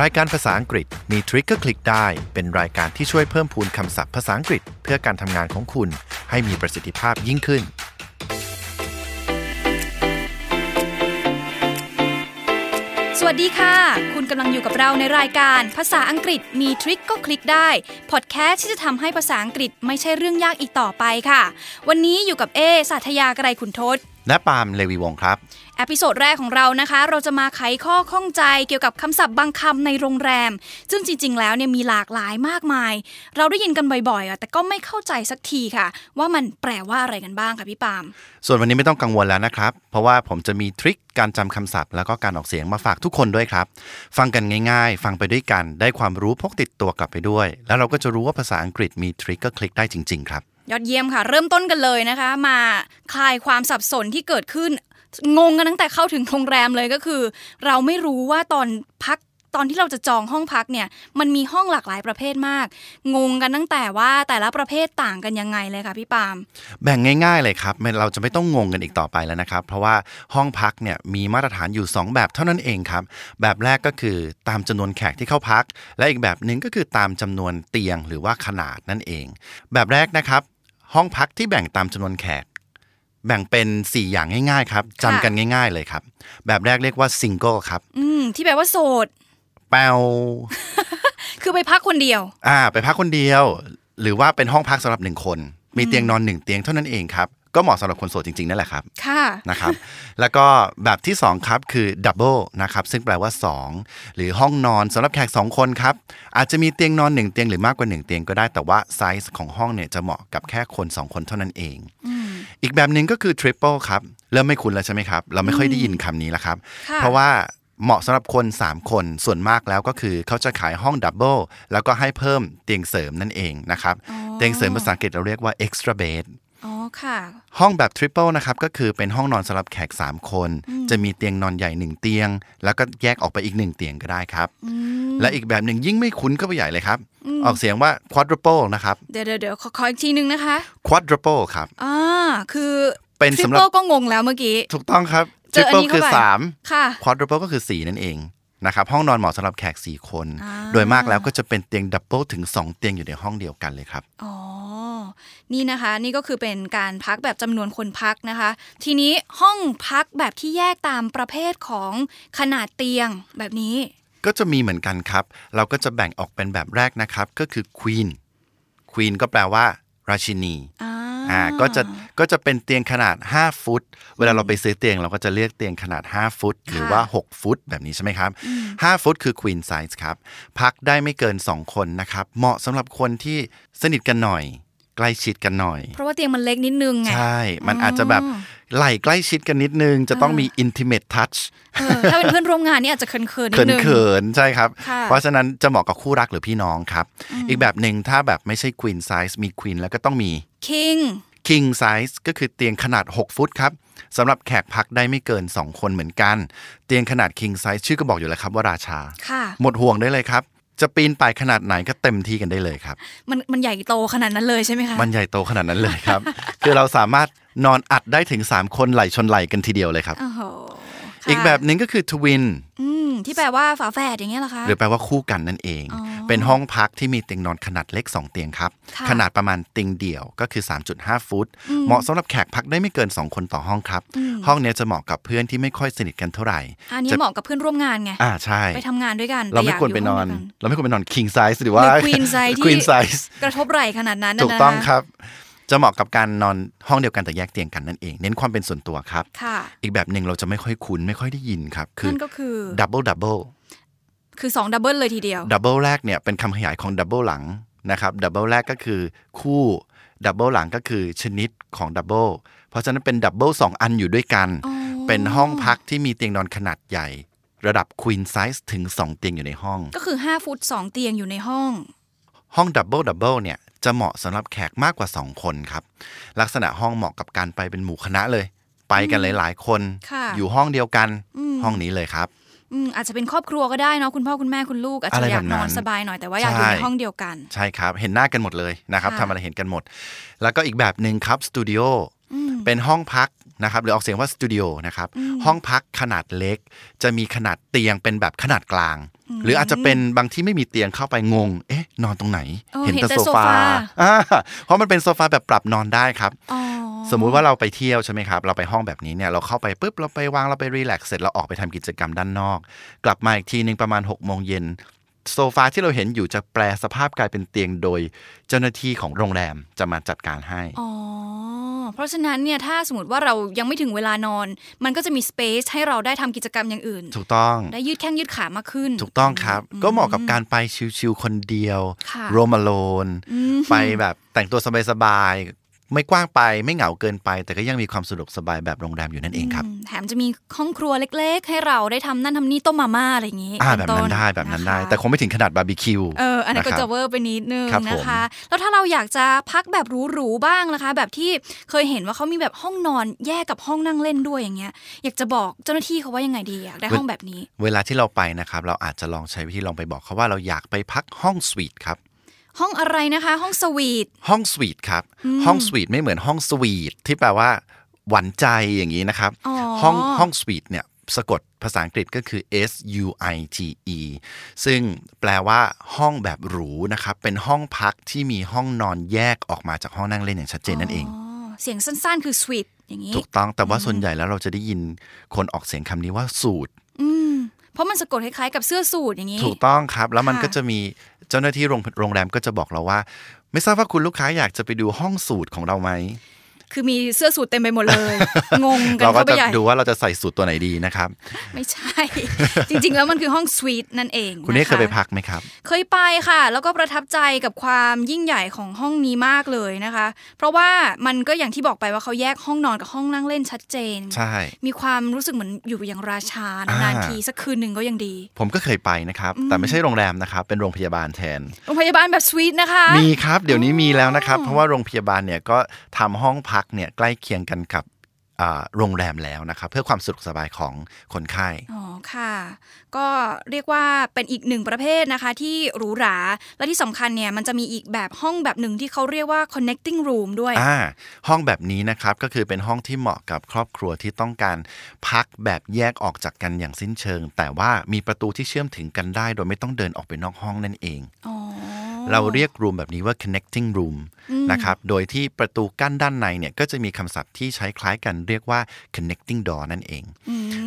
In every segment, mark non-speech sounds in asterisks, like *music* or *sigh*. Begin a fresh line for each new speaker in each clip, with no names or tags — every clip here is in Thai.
รายการภาษาอังกฤษมีทริกเกอร์คลิกได้ เป็นรายการที่ช่วยเพิ่มพูนคำศัพท์ภาษาอังกฤษ เพื่อการทำงานของคุณ ให้มีประสิทธิภาพยิ่งขึ้น
สวัสดีค่ะ คุณกำลังอยู่กับเราในรายการภาษาอังกฤษมีทริคก็คลิกได้ พอดแคสต์ที่จะทำให้ภาษาอังกฤษไม่ใช่เรื่องยากอีกต่อไปค่ะ วันนี้อยู่กับเอสัทยากรไรขุนทศ
และปาล์มเลวีวงศ์ครับ
เอพิโซดแรกของเรานะคะ เราจะมาไขข้อข้องใจเกี่ยวกับคำศัพท์บางคำในโรงแรม ซึ่งจริง ๆ แล้วเนี่ยมีหลากหลายมากมาย เราได้ยินกันบ่อยๆอะแต่ก็ไม่เข้าใจสักทีค่ะ ว่ามันแปลว่าอะไรกันบ้างค่ะพี่ปาล์ม
ส่วนวันนี้ไม่ต้องกังวลแล้วนะครับ เพราะว่าผมจะมีทริคการจำคำศัพท์แล้วก็การออกเสียงมาฝากทุกคนด้วยครับ ฟังกันง่ายๆ ฟังไปด้วยกัน ได้ความรู้พกติดตัวกลับไปด้วย แล้วเราก็จะรู้ว่าภาษาอังกฤษมีทริกเกอร์คลิกได้จริงๆครับ
ยอดเยี่ยมค่ะ เริ่มต้นกันเลยนะคะ มาคลายความสับสนที่เกิดขึ้น งงกันตั้งแต่เข้าถึงโรงแรมเลยก็คือ เราไม่รู้ว่าตอนพักตอนที่เราจะจองห้องพักเนี่ยมันมีห้องหลากหลายประเภทมาก งงกันตั้งแต่ว่าแต่ละประเภทต่างกันยังไงเลยค่ะพี่ปาล์ม
แบ่งง่ายๆเลยครับไม่เราจะไม่ต้องงงกันอีกต่อไปแล้วนะครับ เพราะว่าห้องพักเนี่ยมีมาตรฐานอยู่ 2 แบบเท่านั้นเองครับ แบบแรกก็คือตามจำนวนแขกที่เข้าพัก และอีกแบบหนึ่งก็คือตามจำนวนเตียงหรือว่าขนาดนั่นเอง แบบแรกนะครับ ห้องพักที่แบ่งตามจำนวนแขก แบ่งเป็น 4 อย่างง่ายๆครับ
ค่ะ
จำกันง่าย ๆเลยครับ แบบแรกเรียกว่าซิงเกิลครับ
อืมที่แปลว่าโสด
แปลว
คือไปพักคนเดียว
อ่าไปพักคนเดียว หรือว่าเป็นห้องพักสำหรับหนึ่งคน มีเตียงนอนหนึ่งเตียงเท่านั้นเองครับก็เหมาะสำหรับคนโสดจริงๆนั่นแหละครับ
ค่ะ
นะครับ *laughs* แล้วก็แบบที่ 2 ครับคือดับเบิลนะครับซึ่งแปลว่า 2 หรือห้องนอนสำหรับแขก 2 คนครับ อาจจะมีเตียงนอน 1 เตียงหรือมากกว่า 1 เตียงก็ได้แต่ว่าไซส์ของห้องเนี่ยจะเหมาะกับแค่คน 2 คนเท่านั้นเอง อีกแบบหนึ่งก็คือทริปเปิลครับ เริ่มไม่คุ้นแล้วใช่ไหมครับ เราไม่ค่อยได้ยินคำนี้แล้วครับ
ค่ะ
เพราะว่าเหมาะสำหรับคน 3 คนส่วนมากแล้วก็คือเขาจะขายห้องดับเบิลแล้วก็ให้เพิ่มเตียงเสริมนั่นเองนะครับเตียงเสริมภาษาอังกฤษเราเรียกว่า extra bed
อ๋อค่ะ
ห้องแบบทริปเปิลนะครับก็คือเป็นห้องนอนสำหรับแขก 3 คน จะมีเตียงนอนใหญ่ 1 เตียง แล้วก็แยกออกไปอีก 1 เตียงก็ได้ครับ และอีกแบบหนึ่งยิ่งไม่คุ้นก็ไปใหญ่เลยครับ ออกเสียงว่า quadruple นะครับ
เดี๋ยวเดี๋ยวเดี๋ยวขอขออีกทีนึงนะคะ
quadruple ครับ
อ่า คือ
เป็น
ทริ
สำ
ป
หรับ
เปิลก็งงแล้วเมื่อกี้
ถูกต้องครับ
เจออัน
triple
นี้
คื
เข้า
อ
ไป
3
ค่ะ
ควอดรูเปิลก็คือ 4 นั่นเองนะครับห้องนอนเหมาะสำหรับแขก 4 คน
อ่า
โดยมากแล้วก็จะเป็นเตียงดับเบิลถึง 2 เตียงอยู่ในห้องเดียวกันเลยครับ
อ๋อ นี่นะคะ นี่ก็คือเป็นการพักแบบจำนวนคนพักนะคะ ทีนี้ห้องพักแบบที่แยกตามประเภทของขนาดเตียงแบบนี้
ก็จะมีเหมือนกันครับ เราก็จะแบ่งออกเป็นแบบแรกนะครับ ก็คือ Queen Queen ก็แปลว่า ราชินี
อ่า
อ่าก็จะก็จะเป็นเตียงขนาด 5 ฟุต เวลาเราไปซื้อเตียงเราก็จะเลือกเตียงขนาด 5 ฟุต หรือว่า 6 ฟุต แบบนี้ใช่ไหมครับ 5 ฟุตคือ queen size ครับ พักได้ไม่เกิน 2 คนนะครับ เหมาะสำหรับคนที่สนิทกันหน่อย ใกล้ชิดกันหน่อย
เพราะว่าเตียงมันเล็กนิดนึงไง
ใช่ มันอาจจะแบบไหล่ใกล้ชิดกันนิดนึง จะต้องมี intimate touch
เออ ถ้าเป็นเพื่อนร่วมงานนี่อาจจะเขินเขินๆนิดนึง
เขินๆใช่ครับ
ค่ะ
เพราะฉะนั้นจะเหมาะกับคู่รักหรือพี่น้องครับ อีกแบบหนึ่งถ้าแบบไม่ใช่ queen size มี queen แล้วก็ต้องมี
คิง
king size ก็คือเตียงขนาด 6 ฟุตครับสำหรับแขกพักได้ไม่เกิน 2 คนเหมือนกัน เตียงขนาด king size ชื่อก็บอกอยู่แล้วครับว่าราชา
ค่ะ
หมดห่วงได้เลยครับ จะปีนป่ายขนาดไหนก็เต็มที่กันได้เลยครับ
มันมันใหญ่โตขนาดนั้นเลยใช่ไหมคะ
มันใหญ่โตขนาดนั้นเลยครับ คือเราสามารถนอนอัดได้ถึง 3 คนไหลชนไหลกันทีเดียวเลยครับ
โอ้โหค่ะ
อีกแบบหนึ่งก็คือ twin
อืมที่แปลว่าฝาแฝดอย่างเงี้ยเหรอคะ
หรือแปลว่าคู่กันนั่นเอง
อ๋อ
เป็นห้องพักที่มีเตียงนอนขนาดเล็ก 2 เตียงครับ
ค่ะ
ขนาดประมาณเตียงเดี่ยวก็คือ 3.5 ฟุต เหมาะสำหรับแขกพักได้ไม่เกิน 2 คนต่อห้องครับ ห้องเนี้ยจะเหมาะกับเพื่อนที่ไม่ค่อยสนิทกันเท่าไหร่
อันนี้
จะ
เหมาะกับเพื่อนร่วมงานไง
อ่าใช่
ไปทำงานด้วยกัน
เราไม่ควรไปนอน เราไม่ควรไปนอน king size หรือว่า
แต่อยากอยู่ห้องเดียวกันหรือ queen size
*laughs*
ที่
queen size
กระทบไหล่ขนาดนั้นน่ะ
ถูกต้อง
นะะ
ครับ จะเหมาะกับการนอนห้องเดียวกันแต่แยกเตียงกันนั่นเอง เน้นความเป็นส่วนตัวครับ
ค่ะ
อีกแบบหนึ่งเราจะไม่ค่อยคุ้นไม่ค่อยได้ยินครับ คือ
นั่นก็คือ
double double
คือสองดับเบิลเลยทีเดียว
ดับเบิลแรกเนี่ยเป็นคำขยายของดับเบิลหลังนะครับดับเบิลแรกก็คือคู่ดับเบิลหลังก็คือชนิดของดับเบิลเพราะฉะนั้นเป็นดับเบิลสองอันอยู่ด้วยกัน
อ๋อ
เป็นห้องพักที่มีเตียงนอนขนาดใหญ่ ระดับ queen size ถึง 2 เตียงอยู่ในห้อง
ก็คือ 5 ฟุต 2 เตียงอยู่ในห้อง
ห้องดับเบิลดับเบิลเนี่ยจะเหมาะสำหรับแขกมากกว่า 2 คนครับ ลักษณะห้องเหมาะกับการไปเป็นหมู่คณะเลย ไปกันหลาย ๆ คน
ค่ะ
อยู่ห้องเดียวกันห้องนี้เลยครับ
อืมอาจจะเป็นครอบครัวก็ได้เนาะคุณพ่อคุณแม่คุณลูกอาจ
อะ
จะ
ไร
อยาก
แบบนั้น
นอนสบายหน่อยแต่ว่าอยากอยู่ใน
ใช่
ห้องเดียวกัน
ใช่ครับ เห็นหน้ากันหมดเลยนะครับ
ค่ะ
ทำอะไรเห็นกันหมด แล้วก็อีกแบบหนึ่งครับสตูดิโอเป็นห้องพัก นะครับหรือออกเสียงว่าสตูดิโอนะครับห้องพักขนาดเล็ก จะมีขนาดเตียงเป็นแบบขนาดกลาง หรืออาจจะเป็นบางที่ไม่มีเตียงเข้าไปงง เอ๊ะ นอนตรงไหน
เออเห็นแต่โซฟา
อ่า *laughs* เพราะมันเป็นโซฟาแบบปรับนอนได้ครับ
อ๋อ
สมมุติว่าเราไปเที่ยวใช่ไหมครับ เราไปห้องแบบนี้เนี่ยเราเข้าไปปุ๊บเราไปวางเราไปรีแลกซ์เสร็จเราออกไปทำกิจกรรมด้านนอก กลับมาอีกทีหนึ่งประมาณ6กโมงเย็นโซฟาที่เราเห็นอยู่จะแปลสภาพกลายเป็นเตียงโดย เจ้าหน้าที่ของโรงแรมจะมาจัดการให้
อ๋อ เพราะฉะนั้นเนี่ยถ้าสมมติว่าเรายังไม่ถึงเวลานอน มันก็จะมีสเปซให้เราได้ทำกิจกรรมอย่างอื่น
ถูกต้อง
ได้ยืดแข้งยืดขามากขึ้น
ถูกต้องครับ ก็เหมาะกับการไปชิลๆคนเดียว
ค่ะ
โรมาโลน ไปแบบแต่งตัวสบายๆไม่กว้างไปไม่เหงาเกินไป แต่ก็ยังมีความสะดวกสบายแบบโรงแรมอยู่นั่นเองครับ
อืมแถมจะมีห้องครัวเล็กๆ ให้เราได้ทำนั่นทำนี่ต้มมาม่าอะไรอย่างนี้
อ่าแบ
เป็
บนั้น
ต้
ได้แบบนั้นได้
ะคะ
แต่คงไม่ถึงขนาดบาร์บีคิว
เอออันนั้นก็
ค
จะ
รับ
เวอร์ไปนิดนึง
ครับผม
นะคะ แล้วถ้าเราอยากจะพักแบบหรูๆบ้างนะคะ แบบที่เคยเห็นว่าเขามีแบบห้องนอนแยกกับห้องนั่งเล่นด้วยอย่างเงี้ย อยากจะบอกเจ้าหน้าที่เขาว่ายังไงดีอยากได้ห้องแบบนี้
เวลาที่เราไปนะครับ เราอาจจะลองใช้วิธีลองไปบอกเขาว่าเราอยากไปพักห้องสวีทครับ
ห้องอะไรนะคะ ห้องสวีท
ห้องสวีทครับ ห้องสวีทไม่เหมือนห้องสวีทที่แปลว่า หวานใจอย่างนี้นะครับ
อ๋อ
ห้องห้องสวีทเนี่ยสะกดภาษาอังกฤษก็คือ S U I T E ซึ่งแปลว่าห้องแบบหรูนะครับ เป็นห้องพักที่มีห้องนอนแยกออกมาจากห้องนั่งเล่นอย่างชัดเจนนั่นเอง
อ๋อเสียงสั้นๆ คือสวีทอย่างนี้
ถูกต้องแต่ว่าส่วนใหญ่แล้วเราจะได้ยินคนออกเสียงคำนี้ว่าสูตร
อืมเพราะมันสะกดคล้ายๆกับเสื้อสูทอย่างนี้
ถูกต้องครับ แล้วมัน
ค่ะ
ก็จะมีเจ้าหน้าที่โรงโรงแรมก็จะบอกเราว่า ไม่ทราบว่าคุณลูกค้าอยากจะไปดูห้องสูตรของเราไหม
คือมีเสื้อสูทเต็มไปหมดเลย งงกัน
เราก็
เข้าไป
จะ
ใหญ่
ดูว่าเราจะใส่สูตรตัวไหนดีนะครับ
ไม่ใช่ จริงๆ แล้วมันคือห้องสวีทนั่นเอง
คุณเน่
ะะ
เคยไปพักไหมครับ
เคยไปค่ะ แล้วก็ประทับใจกับความยิ่งใหญ่ของห้องนี้มากเลยนะคะ เพราะว่ามันก็อย่างที่บอกไปว่าเขาแยกห้องนอนกับห้องนั่งเล่นชัดเจน
ใช่
มีความรู้สึกเหมือนอยู่อย่างราชา
อ่า
นานๆทีสักคืนหนึ่งก็ยังดี
ผมก็เคยไปนะครับ แต่ไม่ใช่โรงแรมนะครับ เป็นโรงพยาบาลแทน
โรงพยาบาลแบบสวีทนะคะ
มีครับ เดี๋ยวนี้มีแล้วนะครับ เพราะว่าโรงพยาบาลเนี่ยก็ทำห้องพักเนี่ยใกล้เคียงกันกับอ่าโรงแรมแล้วนะครับ เพื่อความสะดวกสบายของคนไข้
อ๋อค่ะ ก็เรียกว่าเป็นอีกหนึ่งประเภทนะคะ ที่หรูหรา และที่สำคัญเนี่ยมันจะมีอีกแบบห้องแบบหนึ่งที่เขาเรียกว่า connecting room ด้วย
อ่าห้องแบบนี้นะครับก็คือเป็นห้องที่เหมาะกับครอบครัวที่ต้องการพักแบบแยกออกจากกันอย่างสิ้นเชิง แต่ว่ามีประตูที่เชื่อมถึงกันได้ โดยไม่ต้องเดินออกไปนอกห้องนั่นเอง
อ๋อ
เราเรียกรูมแบบนี้ว่า connecting room นะครับโดยที่ประตูกั้นด้านในเนี่ยก็จะมีคำศัพท์ที่ใช้คล้ายกันเรียกว่า connecting door นั่นเอง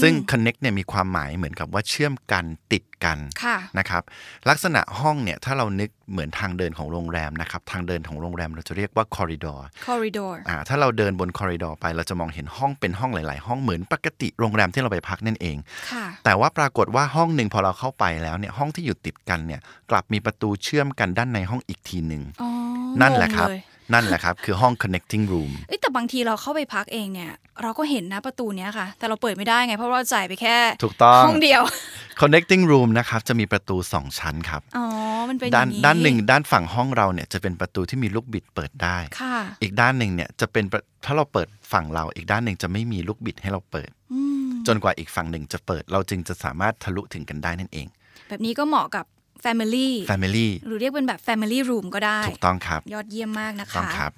ซึ่ง connect เนี่ยมีความหมายเหมือนกับว่าเชื่อมกันติดกัน
ค่ะ
นะครับลักษณะห้องเนี่ยถ้าเรานึกเหมือนทางเดินของโรงแรมนะครับทางเดินของโรงแรมเราจะเรียกว่า corridor
corridor
อ่าถ้าเราเดินบนคอริดอร์ไปเราจะมองเห็นห้องเป็นห้องหลาย ๆ ห้องเหมือนปกติโรงแรมที่เราไปพักนั่นเอง
ค่ะ
แต่ว่าปรากฏว่าห้องหนึ่งพอเราเข้าไปแล้วเนี่ยห้องที่อยู่ติดกันเนี่ยกลับมีประตูเชื่อมกันด้านในห้องอีกทีหนึ่ง
อ๋อ
นั่นแหละครับ
งงเย
นั่นแหละ *laughs* ครับ คือห้อง connecting room
เอ้ยแต่บางทีเราเข้าไปพักเองเนี่ย เราก็เห็นนะประตูเนี้ยค่ะ แต่เราเปิดไม่ได้ไง เพราะเราจ่ายไปแค่
ถูกต้อง
ห้องเดียว
connecting room นะครับจะมีประตู 2 ชั้นครับ
อ๋อ มันเป็น
ด้าน
อย่
ด้านหนึ่งด้านฝั่งห้องเราเนี่ยจะเป็นประตูที่มีลูกบิดเปิดได้
ค่ะ
อีกด้านหนึ่งเนี่ยจะเป็นประถ้าเราเปิดฝั่งเรา อีกด้านหนึ่งจะไม่มีลูกบิดให้เราเปิด
อืม
จนกว่าอีกฝั่งหนึ่งจะเปิดเราจึงจะสามารถทะลุถึงกันได้นั่นเอง
แบบนี้ก็เหมาะกับ family
Family
หรือเรียกเป็นแบบ family room ก็ได้
ถูกต้องครับ
ยอดเยี่ยมมากนะคะ
ต้องครับ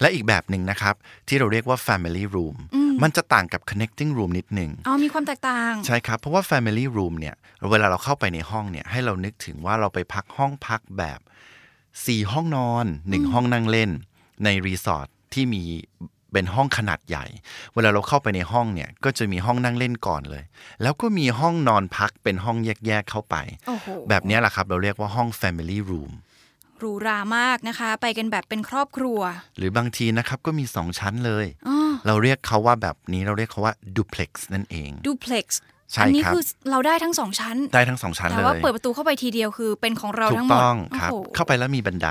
และอีกแบบหนึ่งนะครับ ที่เราเรียกว่า Family Room มันจะต่างกับ Connecting Room นิดหนึ่ง
อ๋อมีความแตกต่าง
ใช่ครับ เพราะว่า Family Room เนี่ยเวลาเราเข้าไปในห้องเนี่ยให้เรานึกถึงว่าเราไปพักห้องพักแบบ 4 ห้องนอน 1 ห้องนั่งเล่น ในรีสอร์ทที่มีเป็นห้องขนาดใหญ่ เวลาเราเข้าไปในห้องเนี่ยก็จะมีห้องนั่งเล่นก่อนเลย แล้วก็มีห้องนอนพักเป็นห้องแยกๆเข้าไป
โอ้โห
แบบเนี้ยแหละครับเราเรียกว่าห้อง Family Room
หรูหรามากนะคะ ไปกันแบบเป็นครอบครัว
หรือบางทีนะครับก็มี 2 ชั้นเลย
อ้อ
เราเรียกเขาว่าแบบนี้เราเรียกเขาว่า duplex นั่นเอง
duplex
ใช่
อันี้
ครับ
คือเราได้ทั้งสองชั้น
ได้ทั้ง 2 ชั้น
แต่
เลย
ว่าเปิดประตูเข้าไปทีเดียวคือเป็นของเรา
ถู
ทั้
ก
งหมด
ต้องครับ
โอ้โห
เข้าไปแล้วมีบันได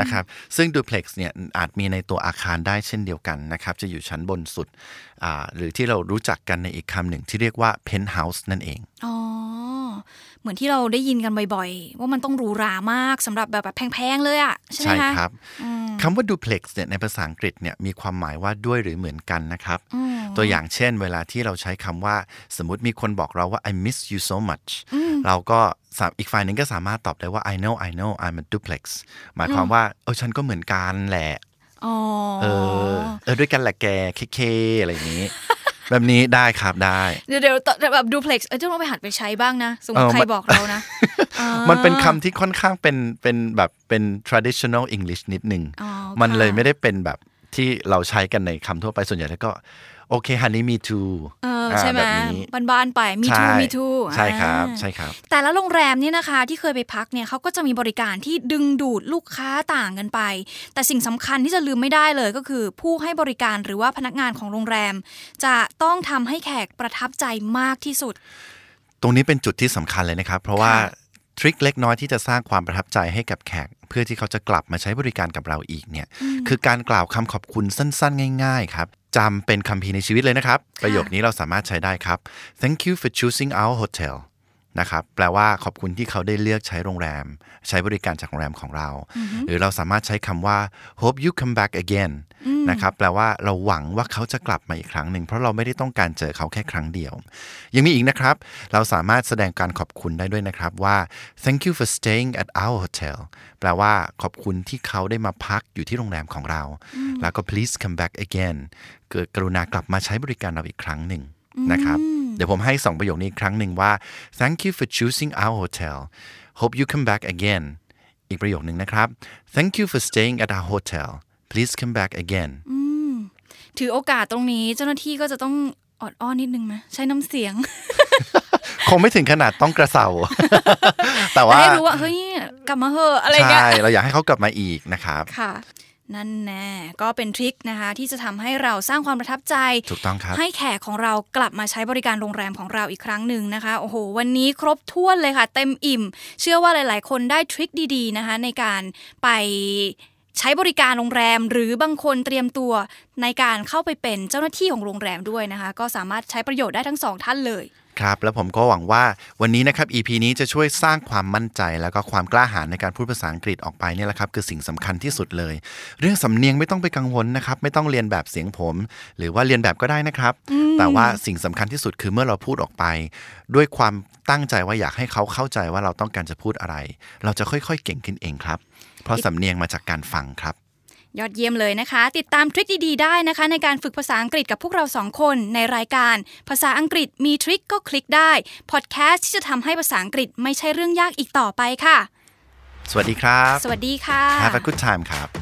นะครับ ซึ่งดูเพล็กซ์เนี่ยอาจมีในตัวอาคารได้เช่นเดียวกันนะครับ จะอยู่ชั้นบนสุดอ่าหรือที่เรารู้จักกันในอีกคำหนึ่งที่เรียกว่าเพนท์เฮาส์นั่นเอง
อ๋อ เหมือนที่เราได้ยินกันบ่อยๆ ว่ามันต้องหรูหรามากสำหรับแบบแบบแพงๆ เลยอะใช่ไหม
ใช่
คะ
ครับคำว่า duplex เนี่ยในภาษาอังกฤษเนี่ยมีความหมายว่าด้วยหรือเหมือนกันนะครับ ตัวอย่างเช่น เวลาที่เราใช้คำว่าสมมติมีคนบอกเราว่า I miss you so much เราก็สามอีกฝ่ายหนึ่งก็สามารถตอบได้ว่า I know I know I'm a duplex หมายความว่าเออฉันก็เหมือนกันแหละ
อ๋อ
เออเออด้วยกันแหละแกเคๆอะไรอย่างนี้
*laughs*
แบบนี้ได้ครับได้
เดี๋ยวเดี๋ยวต่อแบบดูเพล็กซ์เออจะต้องไปหัดไปใช้บ้างนะสมม
เอ
ติ
อ
ใคร
มัน
บอกเรานะอ่า
มันเป็นคำที่ค่อนข้างเป็นเป็นแบบเป็น traditional English นิดหนึ่ง
อ๋อ
มันเลย
ค่ะ
ไม่ได้เป็นแบบที่เราใช้กันในคำทั่วไปส่วนใหญ่แล้วก็ โอเคฮันนี่มีทู
เออใช่ไหม
แบบนี้
บ้านๆไปมีทู
ใช่
มีทู
ใช่ครับ
อ่า
ใช่ครับ
แต่ละโรงแรมเนี่ยนะคะที่เคยไปพักเนี่ยเขาก็จะมีบริการที่ดึงดูดลูกค้าต่างกันไป แต่สิ่งสำคัญที่จะลืมไม่ได้เลยก็คือ ผู้ให้บริการหรือว่าพนักงานของโรงแรม จะต้องทำให้แขกประทับใจมากที่สุด
ตรงนี้เป็นจุดที่สำคัญเลยนะครับ เพราะว่า
ค่ะ
ทริคเล็กน้อยที่จะสร้างความประทับใจให้กับแขก เพื่อที่เขาจะกลับมาใช้บริการกับเราอีกเนี่ยคือการกล่าวคำขอบคุณสั้น ๆ ง่าย ๆ ครับจำเป็นคำพีร์ในชีวิตเลยนะครับ ประโยคนี้เราสามารถใช้ได้ครับ thank you for choosing our hotel นะครับแปลว่าขอบคุณที่เขาได้เลือกใช้โรงแรม ใช้บริการจากโรงแรมของเรา หรือเราสามารถใช้คำว่า hope you come back again นะครับแปลว่าเราหวังว่าเขาจะกลับมาอีกครั้งหนึ่งเพราะเราไม่ได้ต้องการเจอเขาแค่ครั้งเดียว ยังมีอีกนะครับ เราสามารถแสดงการขอบคุณได้ด้วยนะครับว่า thank you for staying at our hotel แปลว่าขอบคุณที่เขาได้มาพักอยู่ที่โรงแรมของเรา แล้วก็ please come back again เกิดกรุณากลับมาใช้บริการเราอีกครั้งหนึ่งนะครับ เดี๋ยวผมให้ 2 ประโยคนี้อีกครั้งหนึ่งว่า thank you for choosing our hotel hope you come back again อีกประโยคหนึ่งนะครับ thank you for staying at our hotel please come back again
ถือโอกาสตรงนี้เจ้าหน้าที่ก็จะต้องออดอ้อนนิดนึงไหมใช้น้ำเสียง
คงไม่ถึงขนาดต้องกระเซา *laughs* แต่ *laughs* ว่า
ให้รู้ว่าเฮ้ยกลับมาเหอะอะไรเงี้ย
ใช่ เราอยากให้เขากลับมาอีกนะครับ
ค่ะ นั่นแน่ก็เป็นทริคนะคะ ที่จะทำให้เราสร้างความประทับใจ
ถูกต้องครับ
ให้แขกของเรากลับมาใช้บริการโรงแรมของเราอีกครั้งหนึ่งนะคะ โอ้โห วันนี้ครบถ้วนเลยค่ะ เต็มอิ่ม เชื่อว่าหลาย ๆ คนได้ทริคดีๆนะคะ ในการไปใช้บริการโรงแรม หรือบางคนเตรียมตัวในการเข้าไปเป็นเจ้าหน้าที่ของโรงแรมด้วยนะคะ ก็สามารถใช้ประโยชน์ได้ทั้งสองท่านเลย
ครับ แล้วผมก็หวังว่าวันนี้นะครับ EP นี้จะช่วยสร้างความมั่นใจ แล้วก็ความกล้าหาญในการพูดภาษาอังกฤษออกไปเนี่ยแหละครับ คือสิ่งสำคัญที่สุดเลย เรื่องสำเนียงไม่ต้องไปกังวลนะครับ ไม่ต้องเรียนแบบเสียงผม หรือว่าเรียนแบบก็ได้นะครับ แต่ว่าสิ่งสำคัญที่สุดคือเมื่อเราพูดออกไป ด้วยความตั้งใจว่าอยากให้เขาเข้าใจว่าเราต้องการจะพูดอะไร เราจะค่อยๆ เก่งขึ้นเองครับ เพราะสำเนียงมาจากการฟังครับ
ยอดเยี่ยมเลยนะคะ ติดตามทริคดีๆได้นะคะ ในการฝึกภาษาอังกฤษกับพวกเราสองคนในรายการ ภาษาอังกฤษมีทริคก็คลิกได้ พอดแคสต์ที่จะทำให้ภาษาอังกฤษไม่ใช่เรื่องยากอีกต่อไปค่ะ
สวัสดีครับ
สวัสดีค่ะ
Have a good time ครับ